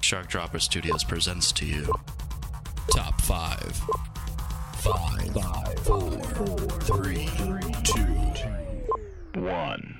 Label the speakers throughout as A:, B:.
A: Shark Dropper Studios presents to you
B: Top five. Five, five, four, three, two,
C: one.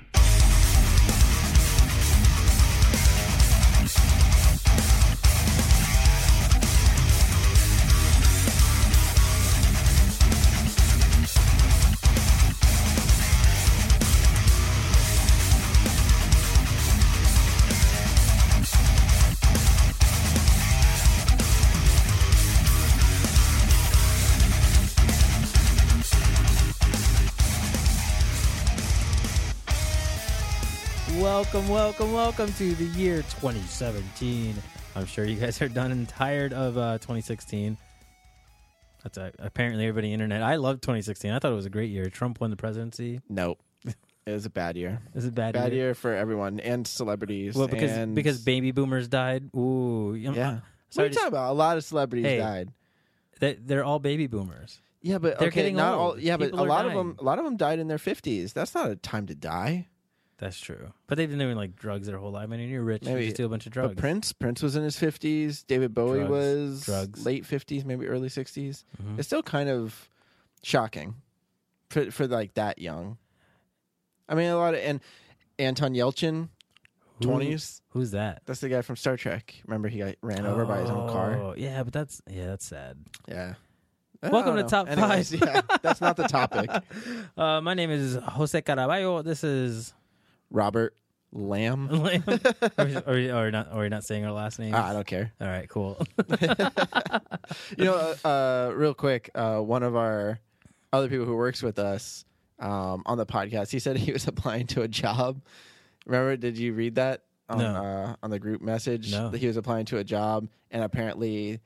D: Welcome, welcome, welcome to the year 2017. I'm sure you guys are done and tired of uh, 2016. That's uh, apparently everybody internet. I loved 2016. I thought it was a great year. Trump won the presidency.
E: Nope. It was a bad year.
D: Is it bad?
E: Bad year for everyone and celebrities.
D: Well, because
E: and-
D: because baby boomers died. Ooh, you know,
E: yeah. What are
D: sorry
E: you
D: to-
E: talking about? A lot of celebrities
D: Hey.
E: died.
D: They, they're all baby boomers.
E: Yeah, but
D: They're
E: okay,
D: getting
E: not
D: old.
E: all. Yeah, but
D: People
E: a
D: are
E: lot of
D: dying.
E: them, a lot of them died in their fifties. That's not a time to die.
D: That's true. But they've been doing like drugs their whole life. I mean, you're rich.
E: Maybe.
D: You just do a bunch of drugs.
E: But Prince, Prince was in his fifties. David Bowie
D: Drugs.
E: was
D: Drugs.
E: late fifties, maybe early 60s
D: Mhm.
E: It's still kind of shocking for for like that young. I mean, a lot of and Anton Yelchin,
D: Who-
E: twenties.
D: Who's that?
E: That's the guy from Star Trek. Remember, he got ran over by his own car.
D: Oh, Yeah, but that's yeah, that's sad.
E: Yeah. I
D: Welcome
E: don't
D: to
E: know.
D: Top
E: Anyways,
D: Five.
E: yeah, that's not the topic.
D: Uh, my name is Jose Caraballo. This is
E: Robert Lamb.
D: are, we, are, we, are we not are we not saying our last name?
E: Ah, I don't care.
D: All right, cool.
E: You know, uh, uh, real quick, uh, one of our other people who works with us um, on the podcast, he said he was applying to a job. Remember, did you read that on,
D: No.
E: uh, on the group message?
D: No.
E: That he was applying to a job, and apparently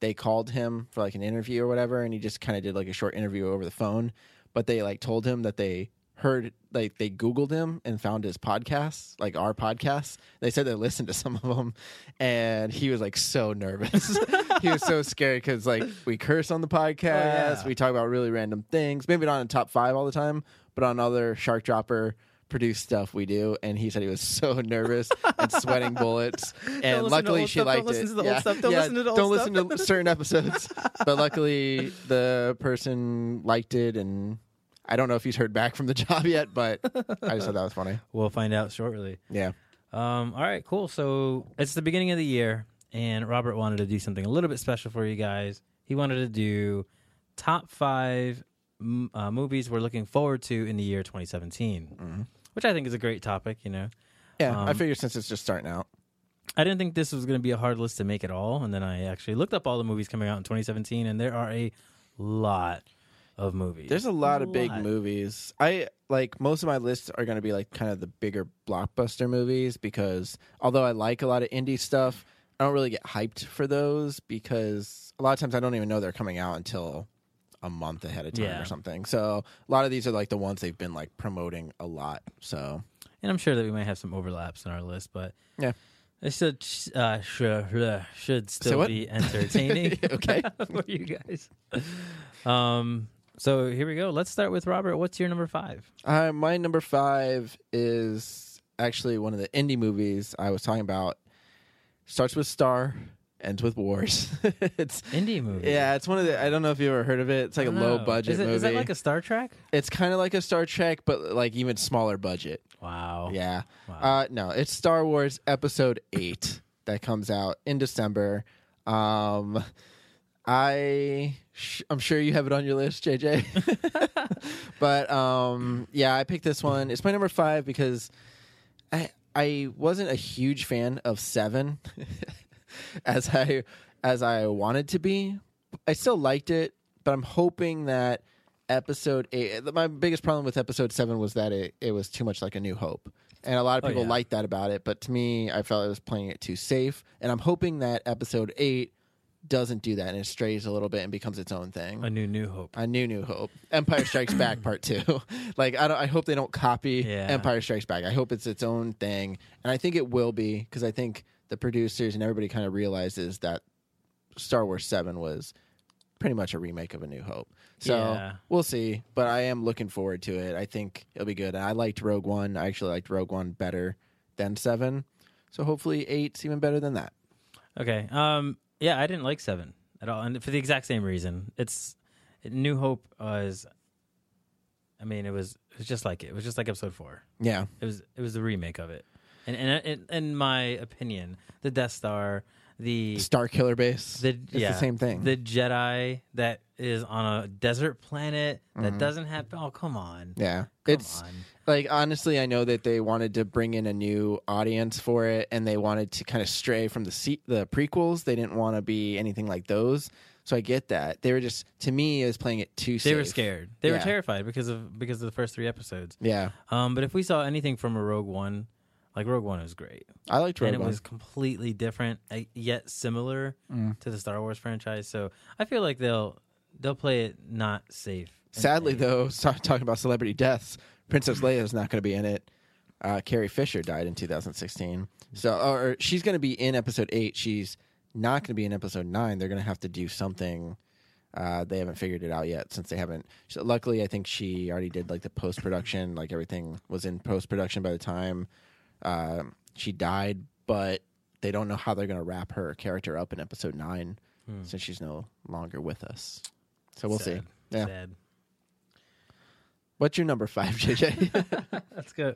E: they called him for like an interview or whatever, and he just kind of did like a short interview over the phone. But they like told him that they heard, like they Googled him and found his podcasts, like our podcasts. They said they listened to some of them, and he was like so nervous. he was so scared because like we curse on the podcast,
D: yeah.
E: we talk about really random things. Maybe not in top five all the time, but on other Shark Dropper produced stuff we do. And he said he was so nervous and sweating bullets.
D: listen
E: And
D: to
E: luckily,
D: old
E: she
D: stuff. Don't
E: liked
D: listen
E: it.
D: to the old stuff. Don't listen to the old
E: don't
D: stuff.
E: listen to certain episodes. but luckily, the person liked it, and I don't know if he's heard back from the job yet. But I just thought that was funny.
D: we'll find out shortly.
E: Yeah.
D: Um, all right, cool. So it's the beginning of the year, and Robert wanted to do something a little bit special for you guys. He wanted to do top five m- uh, movies we're looking forward to in the year 2017,
E: Mm-hmm.
D: which I think is a great topic. You know,
E: Yeah, I
D: Um,
E: figure since it's just starting out.
D: I didn't think this was going to be a hard list to make at all, and then I actually looked up all the movies coming out in 2017, and there are a lot of movies.
E: There's a lot of big
D: Lot.
E: movies. I like most of my lists are going to be like kind of the bigger blockbuster movies because although I like a lot of indie stuff, I don't really get hyped for those because a lot of times I don't even know they're coming out until a month ahead of time
D: Yeah.
E: or something. So a lot of these are like the ones they've been like promoting a lot. So
D: and I'm sure that we might have some overlaps in our list, but
E: Yeah.
D: it should uh, should, should still
E: what?
D: be entertaining.
E: Okay.
D: for you guys. Um, so here we go. Let's start with Robert. What's your number five?
E: Uh, my number five is actually one of the indie movies I was talking about. Starts with Star, ends with Wars. it's
D: Indie movie.
E: Yeah, it's one of the. I don't know if you ever heard of it. It's like a low budget
D: is it,
E: movie.
D: Is that like a Star Trek?
E: It's kind of like a Star Trek, but like even smaller budget.
D: Wow.
E: Yeah.
D: Oh, Wow.
E: Uh, no, it's Star Wars Episode Eight that comes out in December. Um, I sh- I'm sure you have it on your list, JJ. but um, yeah, I picked this one. It's my number five because I I wasn't a huge fan of Seven as I as I wanted to be. I still liked it, but I'm hoping that episode eight. My biggest problem with episode seven was that it, it was too much like a New Hope, and a lot of
D: Oh,
E: people
D: yeah.
E: liked that about it. But to me, I felt it was playing it too safe, and I'm hoping that episode eight doesn't do that and it strays a little bit and becomes its own thing.
D: a new New Hope.
E: I knew New Hope. Empire Strikes Back Part Two. like I don't. I hope they don't copy
D: Yeah.
E: Empire Strikes Back. I hope it's its own thing, and I think it will be because I think the producers and everybody kind of realizes that Star Wars Seven was pretty much a remake of A New Hope. So
D: Yeah.
E: we'll see. But I am looking forward to it. I think it'll be good. And I liked Rogue One. I actually liked Rogue One better than Seven. So hopefully Eight's even better than that.
D: Okay. Um. Yeah, I didn't like Seven at all, and for the exact same reason. It's New Hope was. I mean, it was it was just like it. it was just like Episode Four.
E: Yeah.
D: It was it was the remake of it, and and in, in my opinion, the Death Star, the
E: Star Killer Base.
D: the
E: it's
D: yeah,
E: the same thing.
D: The Jedi that is on a desert planet that doesn't have. Oh come on.
E: Mm-hmm. yeah.
D: Come
E: it's
D: on.
E: like honestly, I know that they wanted to bring in a new audience for it, and they wanted to kind of stray from the se- the prequels. They didn't want to be anything like those. So I get that. They were just to me, it was playing it too.
D: They were
E: safe.
D: scared. They were
E: Yeah.
D: terrified because of because of the first three episodes.
E: Yeah,
D: Um, but if we saw anything from a Rogue One, like Rogue One was great,
E: I liked Rogue
D: and it
E: One. Mm.
D: was completely different uh, yet similar to the Star Wars franchise. So I feel like they'll they'll play it not safe. and
E: Sadly,
D: safe.
E: though, so- talking about celebrity deaths, Princess Leia is not going to be in it. Uh, Carrie Fisher died in 2016, so or or she's going to be in Episode Eight. She's not going to be in Episode Nine. They're going to have to do something. Uh, they haven't figured it out yet since they haven't. So luckily, I think she already did like the post production, like everything was in post production by the time uh, she died. But they don't know how they're going to wrap her character up in Episode Nine since she's no longer with us. So we'll
D: Sad.
E: see. Yeah.
D: Sad.
E: What's your number five, JJ?
D: Let's go. All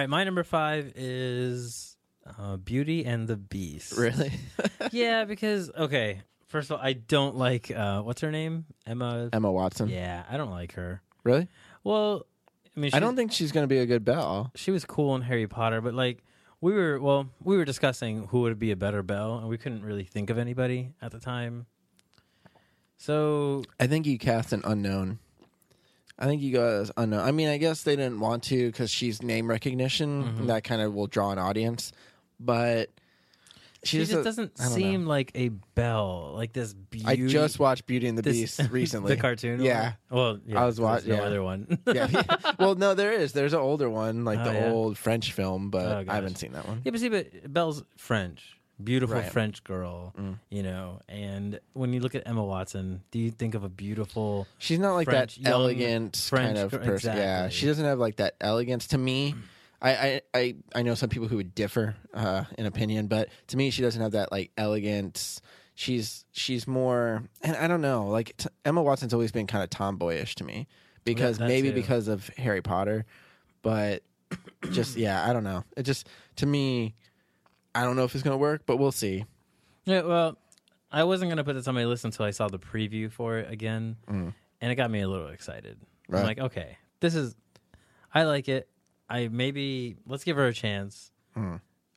D: right, my number five is uh, Beauty and the Beast.
E: really?
D: Yeah, because okay, first of all, I don't like uh, what's her name, Emma.
E: Emma Watson.
D: Yeah, I don't like her.
E: Really?
D: Well, I mean,
E: I
D: she's-
E: don't think she's going to be a good Belle.
D: she was cool in Harry Potter, but like we were well, we were discussing who would be a better Belle, and we couldn't really think of anybody at the time. So
E: I think you cast an unknown. I think you go as unknown. I mean, I guess they didn't want to because she's name recognition.
D: Mm-hmm.
E: and that kind of will draw an audience, but
D: she, just,
E: a-
D: doesn't
E: I don't know.
D: seem like a Belle, like this beauty.
E: I just watched Beauty and the
D: this-
E: Beast recently.
D: the cartoon. one?
E: Yeah.
D: Well, yeah,
E: I was wa-
D: there's no
E: yeah.
D: other one.
E: yeah. Well, no, there is. There's an older one, like
D: Oh,
E: the
D: yeah.
E: old French film, but
D: Oh, gosh.
E: I haven't seen that one.
D: Yeah, but see, but Belle's French, beautiful
E: Right. Mm.
D: French girl, you know. And when you look at Emma Watson, do you think of a beautiful?
E: She's not like
D: French-
E: that
D: young
E: elegant
D: French
E: kind of
D: girl-
E: person. Yeah,
D: exactly. Mm.
E: she doesn't have like that elegance. To me, I I I, I know some people who would differ uh, in opinion, but to me, she doesn't have that like elegance. She's she's more, and I don't know. Like t- Emma Watson's always been kind of tomboyish to me because
D: that
E: maybe
D: too.
E: because of Harry Potter, but just yeah, I don't know. It just to me, I don't know if it's gonna work, but we'll see.
D: Yeah, well, I wasn't gonna put this on my list until I saw the preview for it again, and it got me a little excited. I'm
E: Mm. Right.
D: like, okay, this is, I like it. I maybe let's give her a chance.
E: Mm.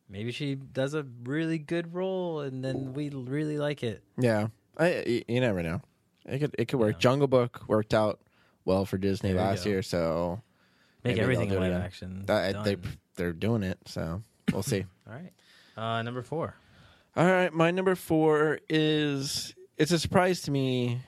D: Maybe she does a really good role, and then we really like it.
E: Yeah, I y- you never know. It could it could work. Jungle Book worked out well for Disney
D: There you
E: last
D: go.
E: year, so
D: Make
E: maybe
D: everything
E: they'll do it
D: live
E: again.
D: action.
E: That-
D: Done.
E: Uh, they they're doing it, so we'll see.
D: All right, uh, number four.
E: All right, my number four is it's a surprise to me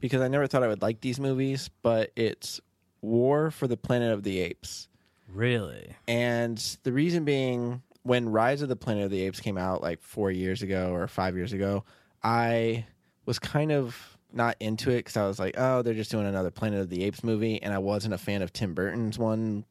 E: because I never thought I would like these movies, but it's War for the Planet of the Apes.
D: Really?
E: And the reason being, when Rise of the Planet of the Apes came out like four years ago or five years ago, I was kind of not into it because I was like, oh, they're just doing another Planet of the Apes movie. And I wasn't a fan of Tim Burton's one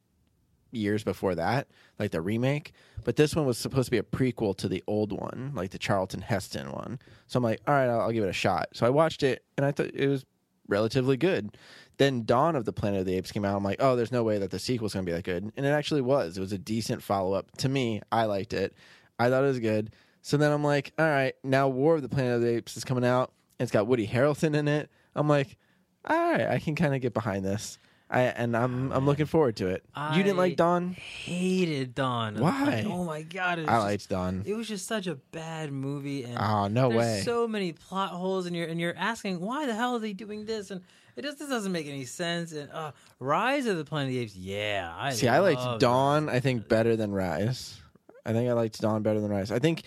E: years before that, like the remake. But this one was supposed to be a prequel to the old one, like the Charlton Heston one. So I'm like, all right, I'll, I'll give it a shot. So I watched it and I thought it was relatively good. Then Dawn of the Planet of the Apes came out. I'm like, oh, there's no way that the sequel's going to be that good. And it actually was. It was a decent follow up. To me, I liked it. I thought it was good. So then I'm like, all right, now War of the Planet of the Apes is coming out. It's got Woody Harrelson in it. I'm like, all right, I can kind of get behind this. I, and I'm I'm looking forward to it. you didn't
D: I-
E: like Dawn?
D: Hated Dawn.
E: Why?
D: Oh my god! It was
E: I
D: just-
E: liked Dawn.
D: It was just such a bad movie, and
E: Oh, no
D: there's
E: way.
D: so many plot holes, and you're and you're asking why the hell are they doing this, and it just this doesn't make any sense. And uh, Rise of the Planet of the Apes, yeah, I
E: See, I liked
D: love
E: Dawn. I think better than Rise. I think I liked Dawn better than Rise. I think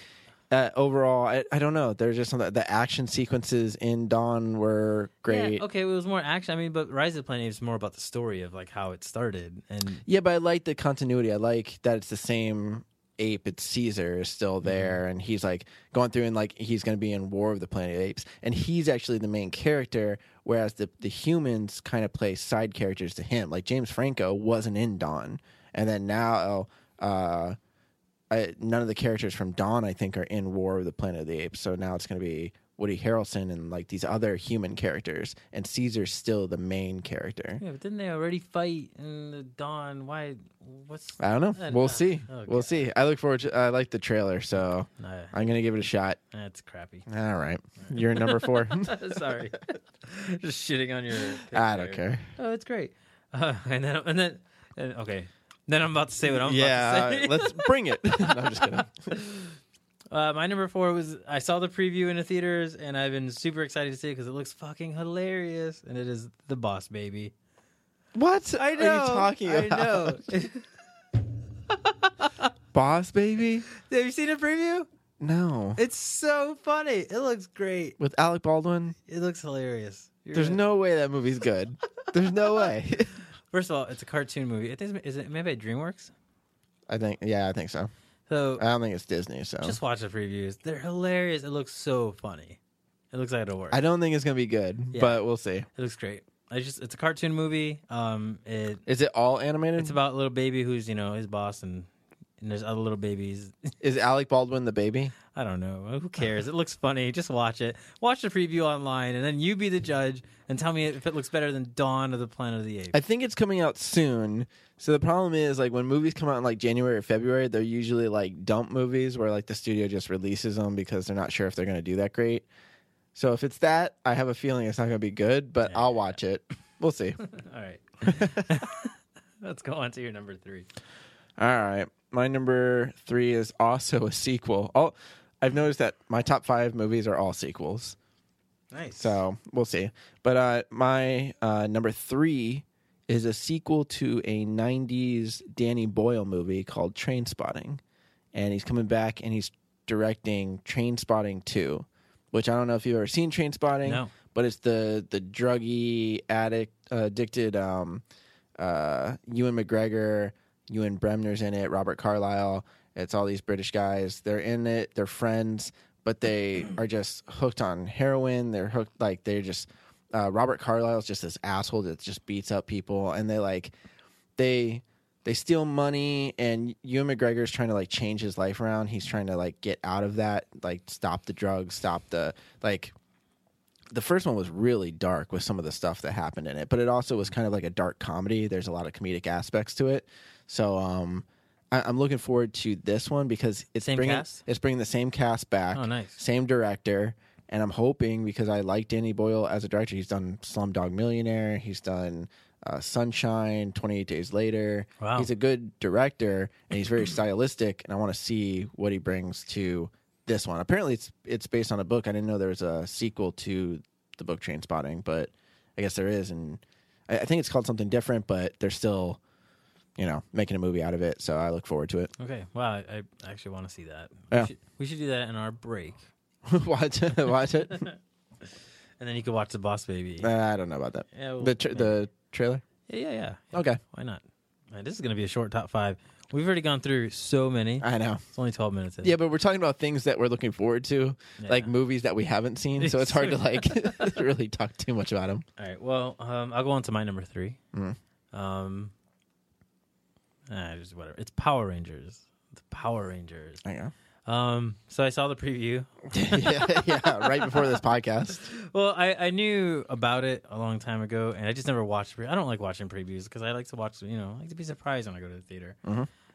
E: uh, overall, I, I don't know. There's just something. The action sequences in Dawn were
D: that.
E: great.
D: Yeah, okay, it was more action. I mean, but Rise of the Planet of the Apes is more about the story of like how it started, and
E: Yeah, but I like the continuity. I like that it's the same ape. It's Caesar is still there, and he's like going through and like he's going to be in War of the Planet of the Apes, and he's actually the main character, whereas the the humans kind of play side characters to him. Like James Franco wasn't in Dawn, and then now uh, I, none of the characters from Dawn, I think, are in War of the Planet of the Apes. So now it's going to be Woody Harrelson and like these other human characters, and Caesar's still the main character.
D: Yeah, but didn't they already fight in the dawn? Why? What's
E: I don't know.
D: I
E: We'll
D: know.
E: see.
D: uh, Okay.
E: We'll see. I look forward to. I like the trailer, so
D: Nah,
E: I'm going to give it a shot.
D: that's crappy.
E: All right, you're number four.
D: Sorry, just shitting on your.
E: I don't
D: picture.
E: care.
D: Oh, it's great. Uh, and then and then and, okay. Then I'm about to say what I'm
E: yeah,
D: about
E: all
D: to say.
E: right, let's bring it. No, I'm just kidding.
D: Uh, my number four was I saw the preview in the theaters, and I've been super excited to see it because it looks fucking hilarious, and it is the Boss Baby.
E: What are you talking about?
D: I know.
E: Boss Baby?
D: Have you seen the preview?
E: No.
D: It's so funny. It looks great.
E: With Alec Baldwin?
D: It looks hilarious. You're
E: There's
D: right.
E: no way that movie's good. There's no way.
D: First of all, it's a cartoon movie. I think it's- is it maybe at DreamWorks?
E: I think, yeah, I think so.
D: So
E: I don't think it's Disney, so.
D: just watch the previews. They're hilarious. It looks so funny. It looks like it'll work.
E: I don't think it's going to be good,
D: Yeah.
E: but we'll see.
D: It looks great. I just it's a cartoon movie. Um, it
E: Is it all animated?
D: it's about a little baby who's you know his boss and and there's other little babies.
E: Is Alec Baldwin the baby?
D: I don't know. Who cares? It looks funny. Just watch it. Watch the preview online, and then you be the judge and tell me if it looks better than Dawn of the Planet of the Apes.
E: I think it's coming out soon. So the problem is, like, when movies come out in like January or February, they're usually like dump movies where like the studio just releases them because they're not sure if they're going to do that great. So if it's that, I have a feeling it's not going to be good, but I'll watch it. We'll see.
D: All right. Let's go on to your number three.
E: All right. My number three is also a sequel. All, I've noticed that my top five movies are all sequels.
D: Nice.
E: So we'll see. But uh, my uh, number three is a sequel to a 90s Danny Boyle movie called Train Spotting. And he's coming back and he's directing Train Spotting 2, which I don't know if you've ever seen Train Spotting,
D: No.
E: but it's the, the druggy, addict, uh, addicted um, uh, Ewan McGregor, Ewan Bremner's in it, Robert Carlyle. It's all these British guys. They're in it. They're friends, but they are just hooked on heroin. They're hooked like they're just. Uh, Robert Carlyle's just this asshole that just beats up people, and they like they they steal money and Ewan McGregor's trying to like change his life around. He's trying to like get out of that, like stop the drugs, stop the like the first one was really dark with some of the stuff that happened in it, but it also was kind of like a dark comedy. There's a lot of comedic aspects to it. So um I, I'm looking forward to this one because it's
D: Same
E: bringing
D: cast?
E: it's bringing the same cast back.
D: Oh, nice.
E: Same director. And I'm hoping because I like Danny Boyle as a director. He's done Slumdog Millionaire. He's done uh, Sunshine, 28 Days Later.
D: Wow.
E: He's a good director and he's very stylistic. And I want to see what he brings to this one. Apparently, it's it's based on a book. I didn't know there was a sequel to the book Train Spotting, but I guess there is. And I, I think it's called something different, but they're still, you know, making a movie out of it. So I look forward to it.
D: Okay. Wow. I, I actually want to see that.
E: Yeah.
D: We, should, we should do that in our break,
E: watch it. Watch it.
D: and then you can watch the Boss Baby.
E: Uh, I don't know about that.
D: Yeah, well,
E: The tra- the trailer.
D: yeah, yeah, yeah. yeah.
E: Okay,
D: Why not? All right, this is going to be a short top five. We've already gone through so many.
E: I know.
D: It's only twelve minutes. In.
E: Yeah, but we're talking about things that we're looking forward to, like
D: Yeah.
E: movies that we haven't seen. So it's hard to like really talk too much about them.
D: All right. Well, um, I'll go on to my number 3
E: Mm-hmm.
D: Um, ah, just whatever. It's Power Rangers. The Power Rangers.
E: I know.
D: Um, so I saw the preview.
E: yeah, yeah, right before this podcast.
D: Well, I, I knew about it a long time ago, and I just never watched. Pre- I don't like watching previews because I like to watch. You know, I like to be surprised when I go to the theater.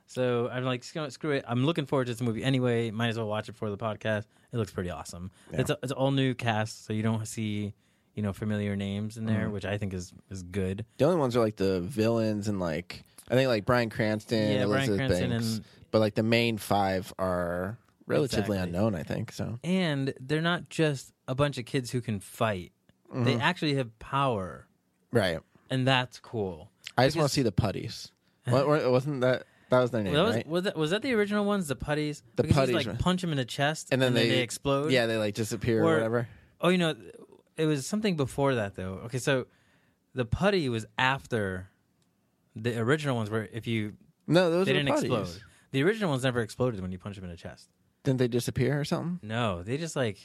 D: So I'm like, screw it, screw it. I'm looking forward to this movie anyway. Might as well watch it for the podcast. It looks pretty awesome. It's a, it's all new cast, so you don't see you know familiar names in there, which I think is is good.
E: The only ones are like the villains and like I think like Brian Cranston,
D: Yeah, Bryan
E: Elizabeth
D: Cranston
E: Banks,
D: and-
E: but like the main five are relatively
D: Exactly.
E: unknown. I think so.
D: and they're not just a bunch of kids who can fight. They actually have power,
E: Right.
D: and that's cool.
E: I just want to see the putties. What, what- wasn't that that was their name,
D: That was,
E: right?
D: was that was that the original ones, the putties?
E: The
D: Because you
E: putties
D: just,
E: were-
D: like punch them in the chest,
E: And then,
D: they, explode.
E: Yeah, they like disappear or,
D: Or-
E: whatever.
D: Oh, you know, it was something before that though. Okay, so the putty was after the original ones, where if you
E: No, those
D: they
E: were
D: didn't
E: putties.
D: explode. The original ones never exploded when you punch them in the chest.
E: Didn't they disappear or something?
D: No, they just like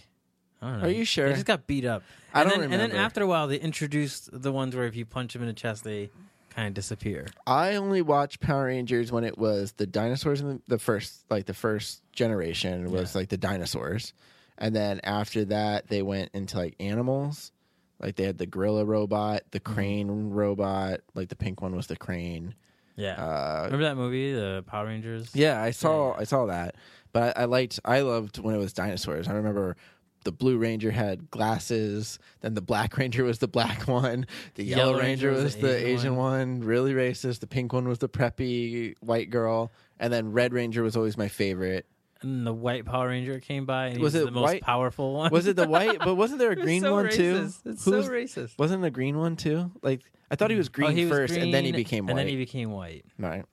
D: I don't know.
E: Are you sure?
D: They just got beat up.
E: I
D: and
E: don't
D: then, And
E: remember.
D: then after a while, they introduced the ones where if you punch them in the chest, they kind of disappear.
E: I only watched Power Rangers when it was the dinosaurs in the, the first, like the first generation was like the dinosaurs, and then after that they went into like animals, like they had the gorilla robot, the crane robot, like the pink one was the crane.
D: Yeah.
E: Uh,
D: Remember that movie, the Power Rangers?
E: yeah, I saw I saw that, but I, I liked I loved when it was dinosaurs. I remember the blue ranger had glasses, then the black ranger was the black one, the yellow, ranger, was the Asian, one. really racist. The pink one was the preppy white girl, and then red ranger was always my favorite.
D: And the white Power Ranger came by and he
E: Was
D: was,
E: it
D: the most
E: white-
D: powerful one.
E: Was it the white? but wasn't there a
D: It's
E: green
D: so
E: one too?
D: racist. It's
E: Who's-
D: so racist.
E: Wasn't the green one too? Like I thought he was green
D: Oh, he was
E: first, and then he
D: green,
E: became white.
D: And then he became white.
E: right,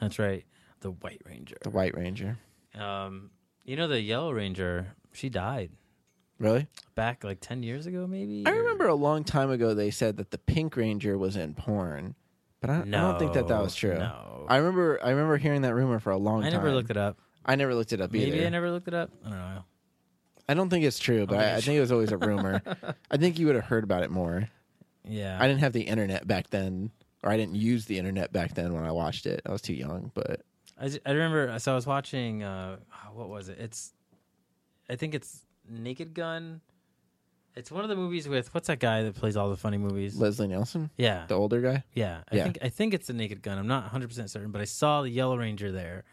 D: That's right. The White Ranger.
E: the white ranger.
D: Um, you know the Yellow Ranger, she died
E: Really?
D: back like 10 years ago maybe.
E: I
D: or-
E: remember a long time ago they said that the Pink Ranger was in porn, but I, I don't think that that
D: No,
E: was true.
D: no.
E: I remember I remember hearing that rumor for a long
D: I
E: time.
D: never looked it up.
E: I never looked it up
D: Maybe
E: either.
D: I never looked it up. I don't know.
E: I don't think it's true, but
D: think
E: I, I
D: it's-
E: think it was always a rumor. I think you would have heard about it more.
D: Yeah.
E: I didn't have the internet back then, or I didn't use the internet back then when I watched it. I was too young, but
D: I, ju- I remember so I was watching uh what was it? It's I think it's Naked Gun. It's one of the movies with what's that guy that plays all the funny movies?
E: Leslie Nielsen,
D: yeah.
E: the older guy,
D: Yeah. I
E: Yeah.
D: think I think it's the Naked Gun. I'm not 100% certain, but I saw the Yellow Ranger there.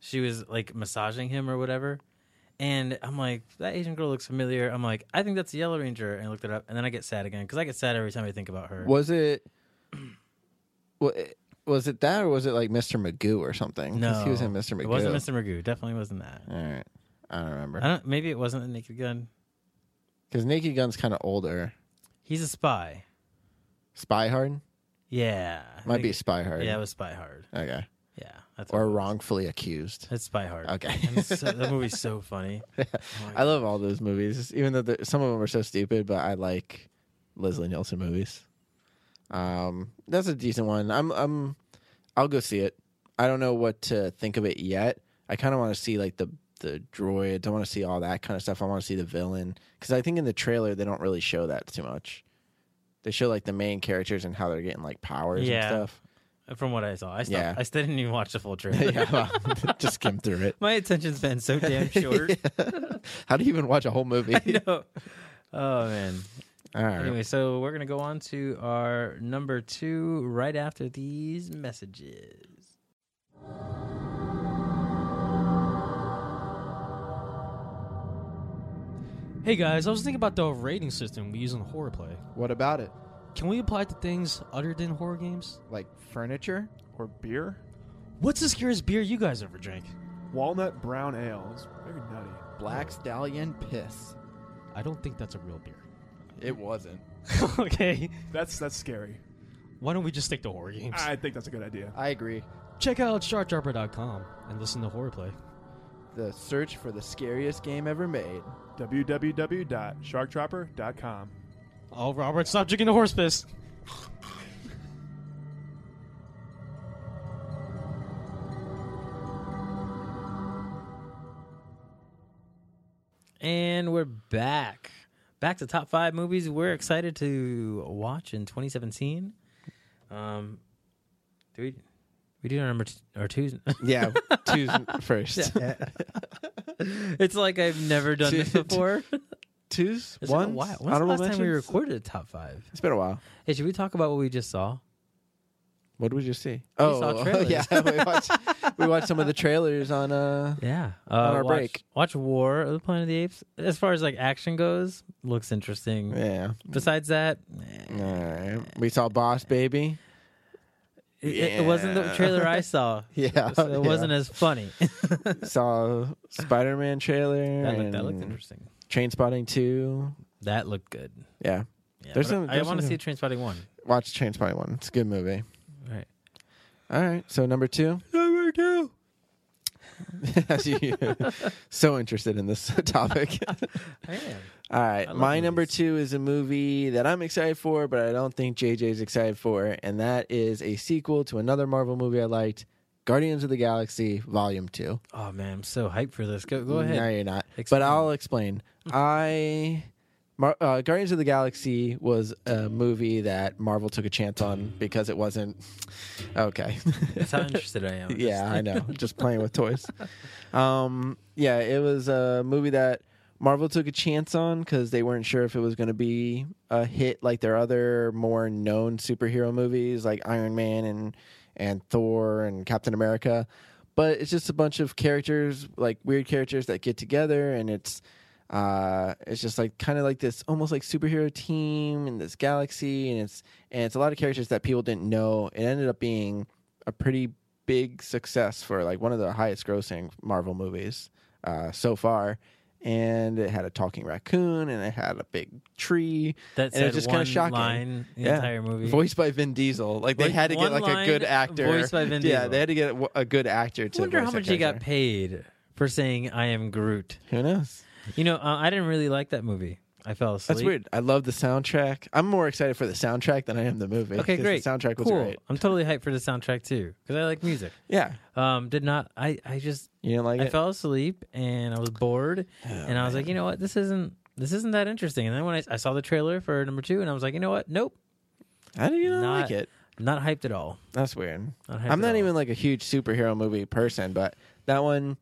D: She was like massaging him or whatever. And I'm like, that Asian girl looks familiar. I'm like, I think that's the Yellow Ranger. And I looked it up. And then I get sad again because I get sad every time I think about her.
E: was it? wa- Was it that, or was it like Mr. Magoo or something? 'Cause
D: No.
E: he was in Mr. Magoo.
D: It wasn't Mr. Magoo. Definitely wasn't that.
E: All right, I don't remember.
D: I don't, maybe it wasn't the Naked Gun.
E: Because Naked Gun's kind of older.
D: He's a spy.
E: Spy Hard
D: Yeah. I
E: might be
D: think-
E: Spy Hard.
D: Yeah, it was Spy Hard.
E: Okay.
D: Yeah. That's
E: Or
D: what it was.
E: wrongfully accused.
D: It's Spy Hard.
E: Okay.
D: And it's so, that movie's so funny.
E: I love all those movies, even though the- some of them are so stupid. But I like Leslie Nielsen movies. Um, that's a decent one. I'm, I'm, I'll go see it. I don't know what to think of it yet. I kind of want to see like the the droids. I want to see all that kind of stuff. I want to see the villain because I think in the trailer they don't really show that too much. They show like the main characters and how they're getting like powers and
D: Yeah.
E: stuff.
D: From what I saw, I stopped,
E: Yeah.
D: I still didn't even watch the full trailer.
E: yeah, well, just skim through it.
D: My attention span's so damn short.
E: How do you even watch a whole movie?
D: No. Oh man.
E: All right.
D: Anyway, so we're gonna go on to our number two right after these messages.
F: Hey guys, I was thinking about the rating system we use in horror play.
G: What about it?
F: Can we apply it to things other than horror games?
G: Like furniture or beer?
F: What's the scariest beer you guys ever drank?
G: Walnut brown ale. It's very nutty.
F: Black
G: stallion piss.
F: I don't think that's a real beer.
E: It wasn't.
F: okay.
H: That's that's scary.
F: Why don't we just stick to horror games?
H: I think that's a good idea.
G: I agree.
F: Check out sharkdropper.com and listen to horror play.
G: The search for the scariest game ever made.
H: www.sharktropper.com.
F: Oh, Robert, stop drinking the horse piss.
D: And we're back. Back to top five movies we're excited to watch in 2017. Um, do we we do our number t- our twos?
E: Yeah, two's first.
D: it's like I've never done this before.
E: Two's
D: It's been a
E: one.
D: while. When's the last time we recorded a top five?
E: It's been a while.
D: Hey, should we talk about what we just saw?
E: What did we just see?
D: saw
E: Oh,
D: trailers.
E: yeah. We watched, we watched some of the trailers on. Uh,
D: Yeah. Uh,
E: our
D: watch,
E: break.
D: Watch War of the Planet of the Apes. As far as like action goes, looks interesting.
E: yeah.
D: Besides that, eh.
E: All right. We saw Boss Baby.
D: it, it wasn't the trailer I saw.
E: Yeah.
D: So it wasn't
E: yeah.
D: as funny.
E: saw Spider Man trailer.
D: that, looked, that looked
E: and
D: interesting.
E: Train Spotting two.
D: That looked good.
E: Yeah.
D: Yeah,
E: There's
D: but
E: some-
D: I
E: there's
D: want to
E: some-
D: see Train Spotting one.
E: Watch Train Spotting one. It's a good movie.
D: Right.
E: All right. So number two. Number two. so interested in this topic. All right.
D: love
E: My
D: movies.
E: number two is a movie that I'm excited for, but I don't think JJ's excited for, and that is a sequel to another Marvel movie I liked, Guardians of the Galaxy Volume Two. Mm,
D: Oh man, I'm so hyped for this. Go go ahead.
E: No, you're not.
D: Explain.
E: But I'll explain. I Mar- uh, Guardians of the Galaxy was a movie that Marvel took a chance on because it wasn't okay.
D: That's how interested I am.
E: yeah, I know. Just playing with toys. Um, yeah, it was a movie that Marvel took a chance on because they weren't sure if it was going to be a hit like their other more known superhero movies like Iron Man and and Thor and Captain America. But it's just a bunch of characters, like weird characters that get together, and it's uh, it's just like kind of like this almost like superhero team in this galaxy, and it's and it's a lot of characters that people didn't know. It ended up being a pretty big success for like one of the highest grossing Marvel movies uh, so far. And it had a talking raccoon, and it had a big tree.
D: That
E: and
D: said,
E: it's just
D: one
E: kind of shocking.
D: line the
E: Yeah.
D: entire movie.
E: Voiced by Vin Diesel, like they
D: Like,
E: had to
D: one
E: get like a good
D: line,
E: actor.
D: voiced by Vin
E: Yeah,
D: Diesel.
E: they had to get a- a good actor to.
D: I wonder
E: voice
D: how
E: that
D: much he got
E: character.
D: paid for saying "I am Groot."
E: Who knows?
D: You know, uh, I didn't really like that movie. I fell asleep.
E: That's weird. I love the soundtrack. I'm more excited for the soundtrack than I am the movie.
D: Okay,
E: 'cause
D: great.
E: The soundtrack was
D: cool.
E: great.
D: I'm totally hyped for the soundtrack too because I like music.
E: Yeah,
D: Um, did not. I I just
E: you didn't like
D: I
E: it.
D: fell asleep and I was bored and I was like, you know what, this isn't this isn't that interesting. And then when I, I saw the trailer for number two, and I was like, you know what, nope,
E: How do you not,
D: not-
E: like it?
D: not hyped at all.
E: That's weird.
D: Not hyped
E: I'm
D: at
E: not
D: all.
E: even like a huge superhero movie person, but that one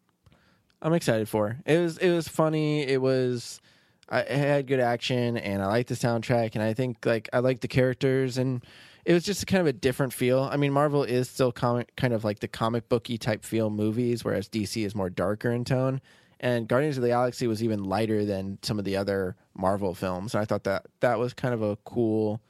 E: I'm excited for. It was it was funny. It was I it had good action and I liked the soundtrack and I think like I liked the characters and it was just kind of a different feel. I mean, Marvel is still comic kind of like the comic booky type feel movies, whereas DC is more darker in tone. And Guardians of the Galaxy was even lighter than some of the other Marvel films. And I thought that that was kind of a cool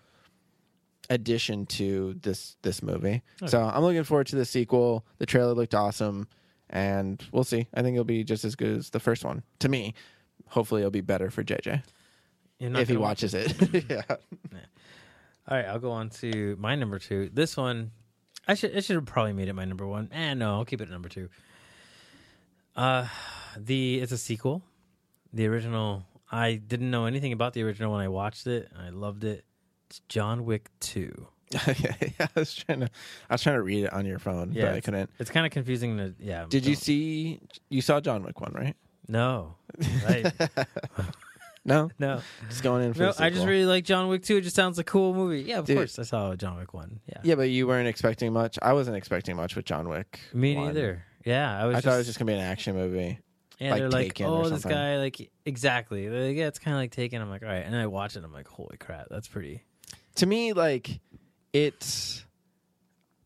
E: addition to this this movie. So I'm looking forward to the sequel. The trailer looked awesome, and we'll see. I think it'll be just as good as the first one to me. Hopefully, it'll be better for JJ
D: You're not
E: if he
D: gonna-
E: watches it. yeah,
D: All right, I'll go on to my number two. This one, I should I should have probably made it my number one. Eh, no, I'll keep it at number two. Uh, the it's a sequel. The original, I didn't know anything about the original when I watched it. I loved it. It's John Wick Two.
E: I was trying to I was trying to read it on your phone,
D: Yeah,
E: but I couldn't.
D: It's kind of confusing. To, yeah.
E: Did you
D: don't-
E: see? You saw John Wick one, right?
D: No. I,
E: No,
D: no.
E: just going in for
D: No.
E: the
D: I just
E: sequel.
D: really like John Wick Two. It just sounds like a cool movie. Yeah, of
E: Dude.
D: course. I saw John Wick One. Yeah.
E: Yeah, but you weren't expecting much. I wasn't expecting much with John Wick.
D: Me
E: one.
D: neither. Yeah, I
E: I
D: was.
E: thought it
D: just,
E: was just gonna be an action movie.
D: Yeah,
E: like,
D: they're like,
E: Taken or
D: oh, this
E: something.
D: guy, like, exactly. They're like, yeah, it's kind of like Taken. I'm like, all right. And I watch it. I'm like, holy crap, that's pretty.
E: to me like it's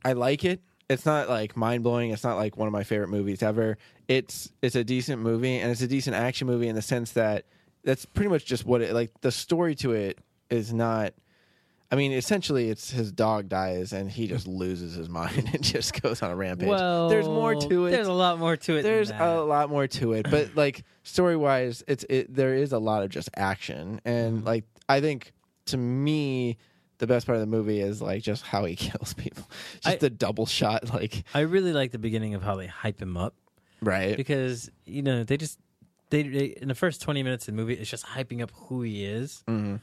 E: i like it it's not like mind-blowing it's not like one of my favorite movies ever it's it's a decent movie and it's a decent action movie in the sense that that's pretty much just what it like the story to it is not i mean essentially it's his dog dies and he just loses his mind and just goes on a rampage
D: Well,
E: there's more to it
D: There's a lot more to it. than
E: there's
D: that.
E: a lot more to it but like story wise it's it there is a lot of just action
D: Mm-hmm.
E: and like i think to me the best part of the movie is like just how he kills people just
D: I-
E: the double shot like
D: I really like the beginning of how they hype him up
E: right
D: because you know they just they, they in the first 20 minutes of the movie it's just hyping up who he is.
E: Mm-hmm.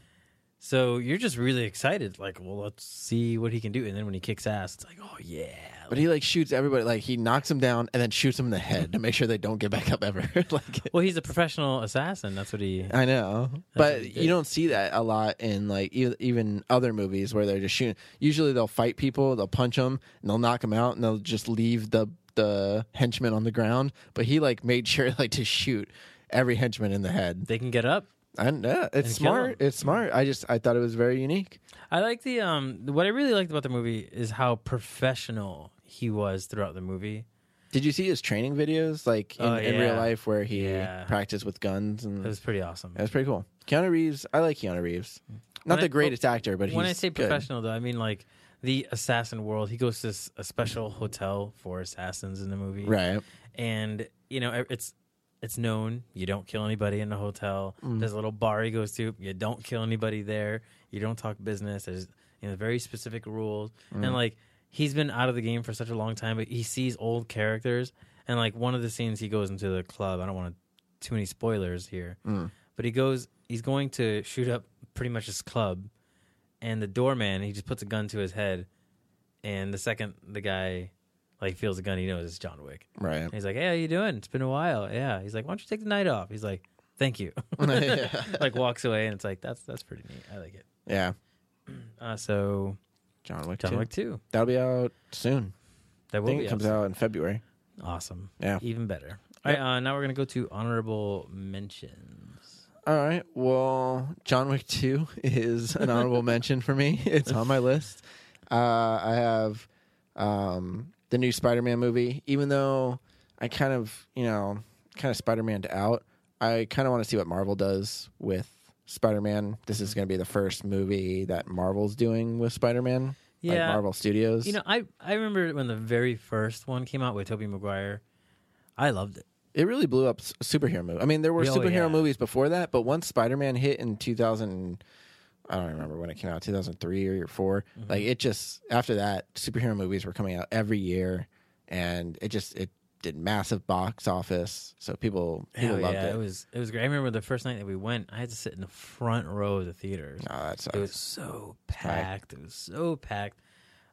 D: So you're just really excited, like, well, let's see what he can do. And then when he kicks ass, it's like, oh yeah.
E: but he like shoots everybody like he knocks him down and then shoots him in the head to make sure they don't get back up ever like
D: Well, he's a professional assassin. That's what he.
E: I know,
D: what he
E: but you
D: did.
E: don't see that a lot in like e- even other movies where they're just shooting. Usually they'll fight people, they'll punch them, and they'll knock them out, and they'll just leave the the henchman on the ground. But he like made sure like to shoot every henchman in the head.
D: They can get up.
E: And uh, it's
D: And kill
E: smart. It's smart. I just I thought it was very unique.
D: I like the um. What I really liked about the movie is how professional he was throughout the movie.
E: Did you see his training videos like in,
D: Oh,
E: in real
D: yeah.
E: life where he
D: Yeah.
E: practiced with guns and
D: It was pretty awesome.
E: that's pretty cool. Keanu Reeves. I like Keanu Reeves. Not
D: When I-
E: the greatest actor, but
D: When I
E: he's
D: say
E: good.
D: professional, though, I mean like the assassin world. He goes to s- a special hotel for assassins in the movie,
E: right?
D: And you know, e, it's it's known you don't kill anybody in the hotel. There's a little bar he goes to. You don't kill anybody there. You don't talk business. There's you know very specific rules. And like he's been out of the game for such a long time, but he sees old characters. And like one of the scenes, he goes into the club. I don't want to too many spoilers here, but he goes. He's going to shoot up pretty much his club, and the doorman he just puts a gun to his head, and the second the guy like feels the gun, he knows it's John Wick.
E: Right.
D: And he's like, "Hey, how you doing? It's been a while." Yeah. He's like, "Why don't you take the night off?" He's like, thank you.
E: yeah.
D: like walks away, and it's like that's that's pretty neat. I like it.
E: yeah.
D: Uh, so
E: John Wick.
D: John
E: 2.
D: Wick two
E: That'll be out soon.
D: that
E: I
D: will
E: think
D: be
E: it
D: out
E: comes
D: soon.
E: out in February.
D: Awesome.
E: Yeah.
D: Even better. All right. Uh, now we're gonna go to honorable mentions.
E: All right. Well, John Wick 2 is an honorable mention for me. It's on my list. Uh, I have um, the new Spider Man movie, even though I kind of, you know, kind of Spider Man out. I kind of want to see what Marvel does with Spider Man. This is going to be the first movie that Marvel's doing with Spider Man.
D: Yeah.
E: Like Marvel Studios.
D: You know, I I remember when the very first one came out with Tobey Maguire. I loved it.
E: It really blew up s- superhero movie. I mean, there were
D: Oh,
E: superhero
D: yeah.
E: movies before that, but once Spider Man hit in two thousand, I don't remember when it came out, two thousand three or 4
D: Mm-hmm.
E: Like it just after that, superhero movies were coming out every year, and it just it did massive box office, so people people
D: Hell
E: loved
D: yeah,
E: it.
D: it was it was great. I remember the first night that we went, I had to sit in the front row of the theater.
E: oh, that sucks.
D: It was so packed. It was so packed.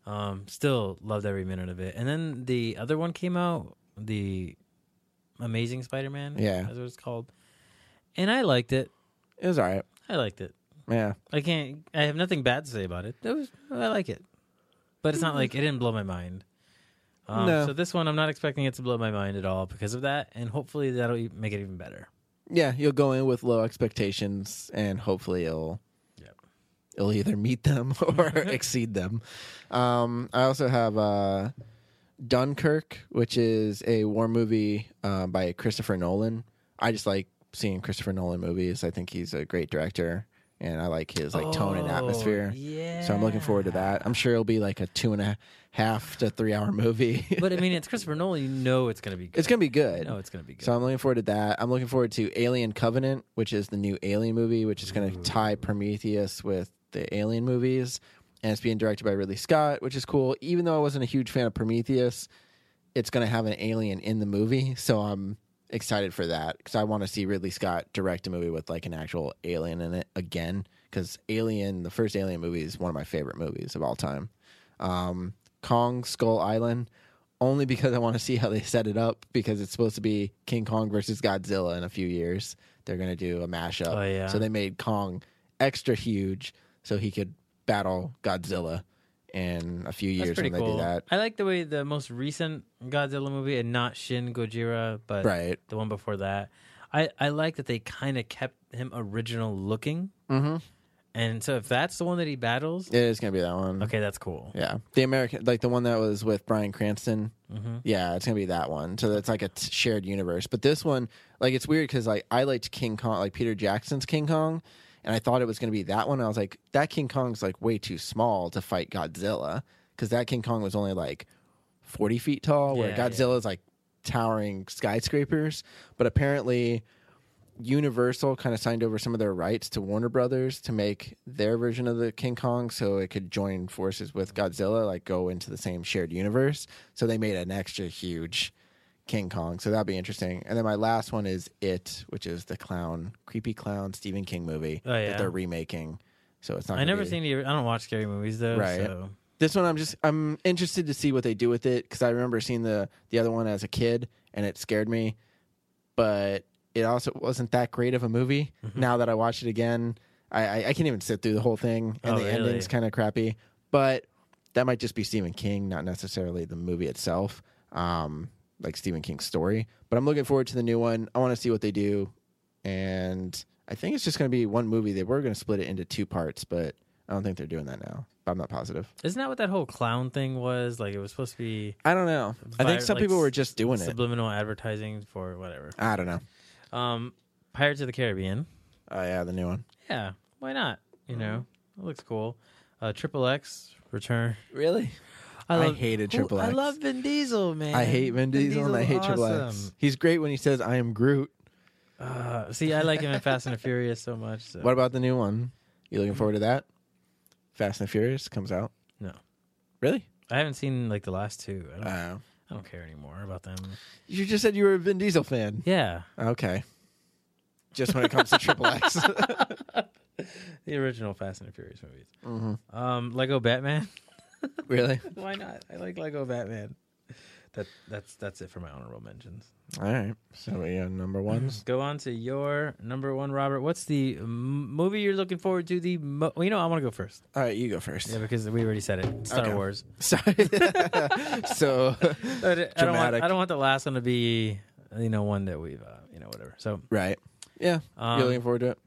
D: Um, still loved every minute of it. And then the other one came out, the Amazing Spider-Man.
E: Yeah.
D: that's what it's called. And I liked it.
E: it was all right.
D: I liked it.
E: Yeah,
D: I can't. I have nothing bad to say about it. It was. I like it, but it's not like it didn't blow my mind. Um,
E: Mm-hmm. No.
D: So this one, I'm not expecting it to blow my mind at all because of that, and hopefully that'll e- make it even better.
E: yeah. You'll go in with low expectations, and hopefully it'll
D: Yep.
E: it'll either meet them or exceed them. Um, I also have uh, Dunkirk, which is a war movie uh, by Christopher Nolan. I just like seeing Christopher Nolan movies. I think he's a great director, and I like his like tone and
D: Oh,
E: atmosphere.
D: Yeah.
E: So I'm looking forward to that. I'm sure it'll be like a two and a half to three hour movie.
D: But I mean, it's Christopher Nolan. You know it's gonna be. good.
E: it's gonna be good.
D: No, it's gonna be good.
E: So I'm looking forward to that. I'm looking forward to Alien Covenant, which is the new Alien movie, which is going to tie Prometheus with the Alien movies, and it's being directed by Ridley Scott, which is cool. Even though I wasn't a huge fan of Prometheus, it's going to have an alien in the movie, so I'm excited for that because I want to see Ridley Scott direct a movie with like an actual alien in it again. Because Alien, the first Alien movie, is one of my favorite movies of all time. Um, Kong Skull Island, only because I want to see how they set it up because it's supposed to be King Kong versus Godzilla in a few years. They're gonna do a mashup.
D: Oh, yeah.
E: So they made Kong extra huge so he could battle Godzilla in a few
D: That's
E: years
D: pretty
E: when they
D: cool.
E: do that.
D: I like the way the most recent Godzilla movie, and not Shin Gojira, but
E: Right.
D: the one before that. I I like that they kind of kept him original looking,
E: Mm-hmm.
D: and so if that's the one that he battles,
E: It is gonna be that one.
D: okay, that's cool.
E: Yeah, the American, like the one that was with Brian Cranston.
D: Mm-hmm.
E: Yeah, it's gonna be that one. So that's like a t- shared universe. But this one, like, it's weird because like I liked King Kong, like Peter Jackson's King Kong, and I thought it was gonna be that one. I was like, that King Kong's like way too small to fight Godzilla because that King Kong was only like forty feet tall, where
D: Yeah, yeah.
E: Godzilla's like towering skyscrapers. But apparently, Universal kind of signed over some of their rights to Warner Brothers to make their version of the King Kong so it could join forces with Godzilla, like go into the same shared universe. So they made an extra huge King Kong. So that'd be interesting. And then my last one is It, which is the clown, creepy clown Stephen King movie
D: Oh, yeah.
E: that they're remaking. So it's not.
D: I
E: gonna
D: never
E: be-
D: seen the. I don't watch scary movies though.
E: Right.
D: So.
E: this one. I'm just I'm interested to see what they do with it because I remember seeing the the other one as a kid and it scared me, but it also wasn't that great of a movie.
D: Mm-hmm.
E: Now that I watch it again, I, I I can't even sit through the whole thing and
D: Oh,
E: the
D: really?
E: ending's kind of crappy. But that might just be Stephen King, not necessarily the movie itself. Um, like Stephen King's story. But I'm looking forward to the new one. I want to see what they do, and I think it's just going to be one movie. They were going to split it into two parts, but I don't think they're doing that now. I'm not positive.
D: Isn't that what that whole clown thing was? Like it was supposed to be
E: I don't know. I
D: Vir-
E: think some
D: like
E: people were
D: s-
E: just doing it.
D: subliminal advertising for whatever.
E: I don't know.
D: Um, Pirates of the Caribbean.
E: Oh yeah, the new one.
D: Yeah, why not?
E: Mm-hmm.
D: You know, it looks cool. Uh, Triple X Return.
E: Really? I hated
D: Who-
E: Triple
D: I
E: X.
D: love Vin Diesel, man.
E: I hate Vin Diesel and I hate
D: Diesel's
E: Triple X.
D: awesome.
E: He's great when he says I am Groot.
D: Uh, see, I like him in Fast and the Furious so much. So.
E: What about the new one? You looking forward to that? Fast and the Furious comes out.
D: No.
E: Really?
D: I haven't seen like the last two. I don't,
E: Uh,
D: I don't care anymore about them.
E: you just said you were a Vin Diesel fan.
D: Yeah,
E: Okay. Just when it comes to Triple X.
D: the original Fast and the Furious movies. Um, Lego Batman.
E: Mm-hmm. Really?
D: Why not? I like Lego Batman. That that's that's it for my honorable mentions.
E: All right. So we are number ones.
D: Go on to your number one, Robert. What's the m- movie you're looking forward to? The mo- well, you know, I want to go first.
E: All right, you go first.
D: Yeah, because we already said it. Star
E: Okay.
D: Wars.
E: Sorry.
D: I, I
E: so
D: don't want,
E: Dramatic.
D: I don't want the last one to be you know one that we've uh, you know whatever. So
E: right. Yeah.
D: Um,
E: You're looking forward to it.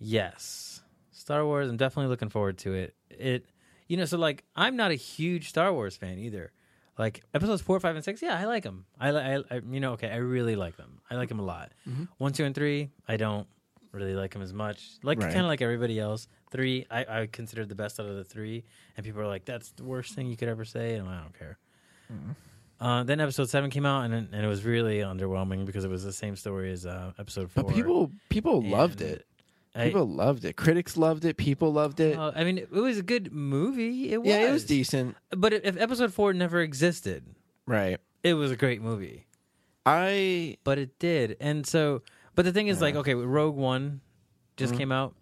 D: Yes. Star Wars, I'm definitely looking forward to it. It you know, so like I'm not a huge Star Wars fan either. Like episodes 4, 5 and 6, yeah, I like them. I li- I, I you know, okay, I really like them. I like them a lot. 1, 2 and 3, I don't really like them as much. Like
E: Right.
D: kind of like everybody else. 3, I I consider the best out of the 3, and people are like that's the worst thing you could ever say and I don't care.
E: Mm.
D: Uh, then episode seven came out and it- and it was really underwhelming because it was the same story as uh, episode four.
E: But people people loved
D: and
E: it.
D: I-
E: people loved it. Critics loved it. People loved it.
D: Uh, I mean, it was a good movie. It was.
E: yeah, it was decent.
D: But if, if episode four never existed,
E: Right.
D: it was a great movie.
E: I
D: But it did, and so. But the thing is, like, okay, Rogue One just came out.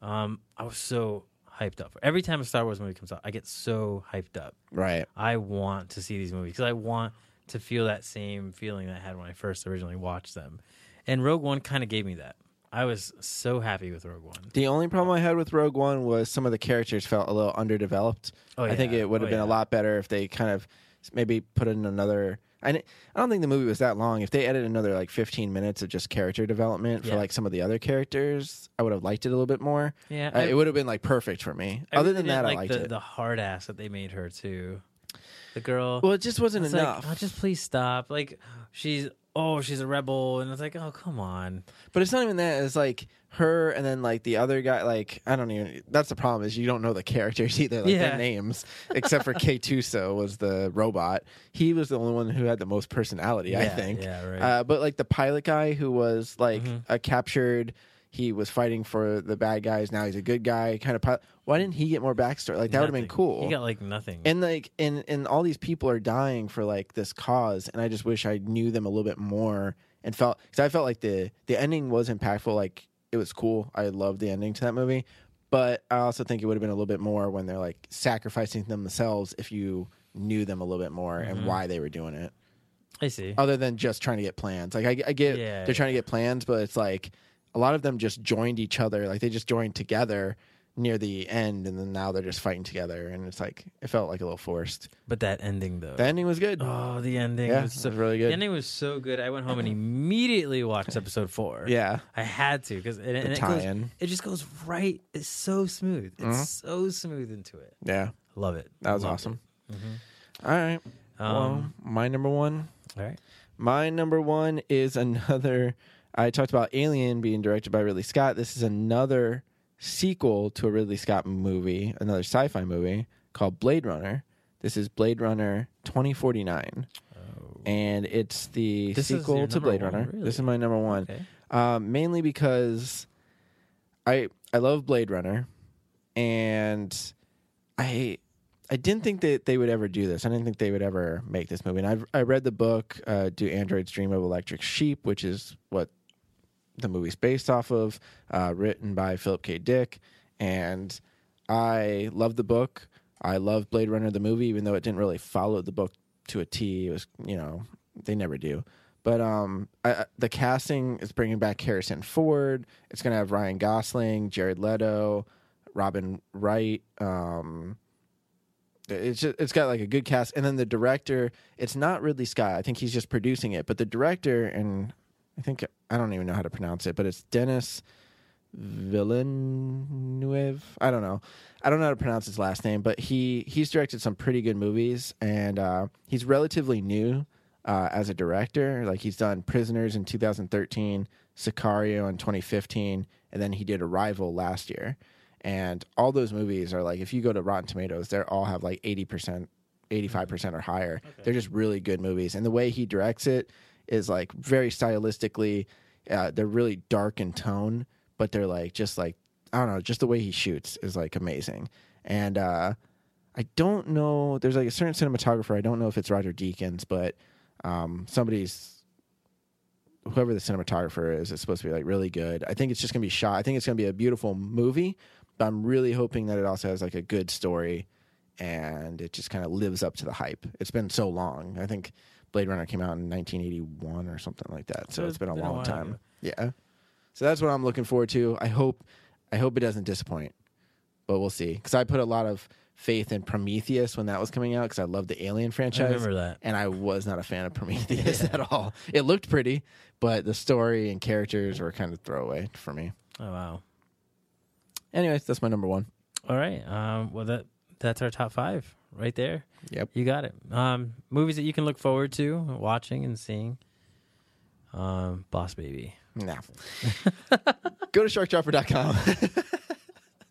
D: Um, I was so hyped up. Every time a Star Wars movie comes out, I get so hyped up.
E: right.
D: I want to see these movies because I want to feel that same feeling that I had when I first originally watched them. And Rogue One kind of gave me that. I was so happy with Rogue One.
E: The only problem I had with Rogue One was some of the characters felt a little underdeveloped.
D: Oh,
E: I think
D: yeah.
E: it would have
D: Oh,
E: been a
D: yeah.
E: lot better if they kind of maybe put in another. I n- I don't think the movie was that long. If they added another like 15 minutes of just character development for
D: Yeah.
E: like some of the other characters, I would have liked it a little bit more.
D: Yeah,
E: Uh,
D: I-
E: it would have been like perfect for me.
D: I
E: Other
D: really
E: than
D: didn't
E: that,
D: like
E: I liked
D: the,
E: it.
D: the hard ass that they made her too. The girl.
E: well, it just wasn't
D: it's
E: enough.
D: like, oh, just please stop. Like she's oh she's a rebel, and it's like oh come on.
E: But it's not even that. It's like her and then like the other guy. Like I don't even. That's the problem is you don't know the characters either. Like
D: Yeah.
E: their names, except for K Tuso was the robot. He was the only one who had the most personality, I
D: Yeah,
E: think.
D: yeah, right. Mm-hmm.
E: Uh, but like the pilot guy who was like a captured. He was fighting for the bad guys. Now he's a good guy. Kind of pilot. Why didn't he get more backstory? Like that would have been
D: Nothing.
E: cool
D: You got like nothing.
E: and like and and all these people are dying for like this cause and i just wish i knew them a little bit more and felt because i felt like the the ending was impactful like it was cool i loved the ending to that movie but i also think it would have been a little bit more when they're like sacrificing themselves if you knew them a little bit more
D: Mm-hmm.
E: and why they were doing it
D: I see.
E: other than just trying to get plans like i, I get
D: Yeah,
E: they're trying to get plans but it's like a lot of them just joined each other like they just joined together near the end and then now they're just fighting together and it's like it felt like a little forced
D: But that ending though.
E: the ending was good.
D: oh, the ending.
E: yeah,
D: was
E: it's
D: so,
E: really
D: the
E: good.
D: ending was so good. I went home and immediately watched episode four.
E: yeah,
D: I had to because and, and it goes,
E: tie-in.
D: it just goes right. It's so smooth. It's so smooth into it.
E: yeah,
D: Love it.
E: that was
D: Love it. Mm-hmm.
E: awesome. All right,
D: Um,
E: well, my number one.
D: all right.
E: My number one is another. I talked about Alien being directed by Ridley Scott. This is another sequel to a Ridley Scott movie, another sci-fi movie called Blade Runner. This is Blade Runner 2049, and it's the
D: Oh. This is your
E: sequel to
D: number
E: Blade
D: one,
E: Runner.
D: really?
E: This is my number one.
D: Okay.
E: um, mainly because I I love Blade Runner, and I I didn't think that they would ever do this. I didn't think they would ever make this movie. And I've, I read the book uh, "Do Androids Dream of Electric Sheep," which is what the movie's based off of, uh, written by Philip K. Dick, and I love the book. I love Blade Runner the movie, even though it didn't really follow the book to a T. It was, you know, they never do. But um, I, I- the casting is bringing back Harrison Ford. It's going to have Ryan Gosling, Jared Leto, Robin Wright. Um, it's just, it's got like a good cast, and then the director. It's not Ridley Scott. I think he's just producing it, but the director and I think I don't even know how to pronounce it, but it's Dennis Villeneuve. I don't know. I don't know how to pronounce his last name, but he he's directed some pretty good movies, and uh, he's relatively new uh, as a director. Like he's done Prisoners in 2013, Sicario in 2015, and then he did Arrival last year. And all those movies are like, if you go to Rotten Tomatoes, they all have like 80 percent 85% or higher. They're just really good movies. And the way he directs it is like very stylistically, uh, they're really dark in tone, but they're like just like, I don't know, just the way he shoots is like amazing. And uh, I don't know, there's like a certain cinematographer, I don't know if it's Roger Deakins, but um, somebody's. Whoever the cinematographer is, it's supposed to be like really good. I think it's just gonna be shot. I think it's gonna be a beautiful movie, but I'm really hoping that it also has like a good story and it just kind of lives up to the hype. It's been so long. I think Blade Runner came out in 1981 or something like that. So,
D: So
E: it's been a
D: it's been a
E: long
D: while,
E: time. Yeah. So that's what I'm looking forward to. I hope I hope it doesn't disappoint. But we'll see cuz I put a lot of faith in Prometheus when that was coming out cuz I love the Alien
D: I
E: franchise
D: remember that.
E: and I was not a fan of Prometheus at all. It looked pretty, but the story and characters were kind of throwaway for me.
D: Oh wow.
E: Anyways, that's my number 1.
D: All right. Um, well, that that's our top five right there.
E: Yep.
D: You got it. Um, movies that you can look forward to watching and seeing. Um, Boss Baby.
E: Nah. Go to sharkdropper.com.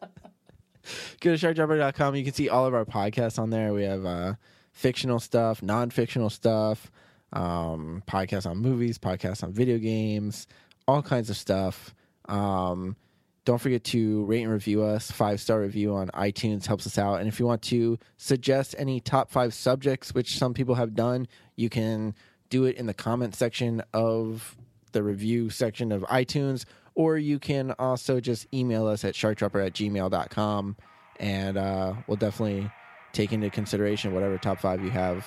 E: Go to sharkdropper.com. You can see all of our podcasts on there. We have uh, fictional stuff, non fictional stuff, um, podcasts on movies, podcasts on video games, all kinds of stuff. Um, don't forget to rate and review us. Five star review on iTunes helps us out. And if you want to suggest any top five subjects, which some people have done, you can do it in the comment section of the review section of iTunes, or you can also just email us at sharkdropper at gmail.com. And uh, we'll definitely take into consideration whatever top five you have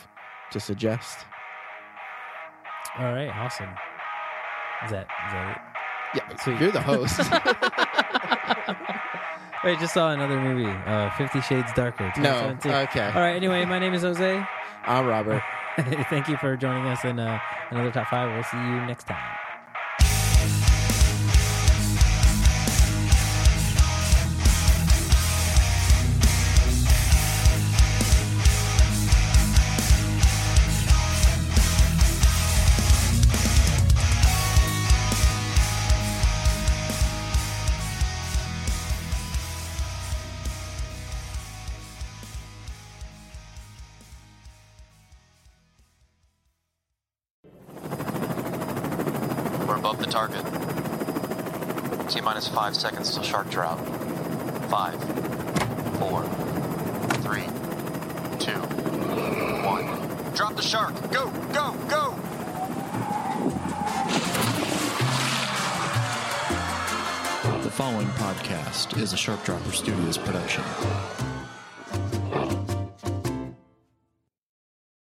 E: to suggest.
D: All right. Awesome. Is that, is that it?
E: Yeah,
D: Sweet.
E: you're the host.
D: Wait, I just saw another movie, uh, Fifty Shades Darker.
E: no, uh,
D: 2017.
E: okay.
D: All right. Anyway, my name is Jose.
E: I'm Robert.
D: Thank you for joining us in uh, another top five. We'll see you next time.
I: We're above the target. T minus five seconds till shark drop. Five, four, three, two, one. Drop the shark! Go, go, go!
A: The following podcast is a Shark Dropper Studios production.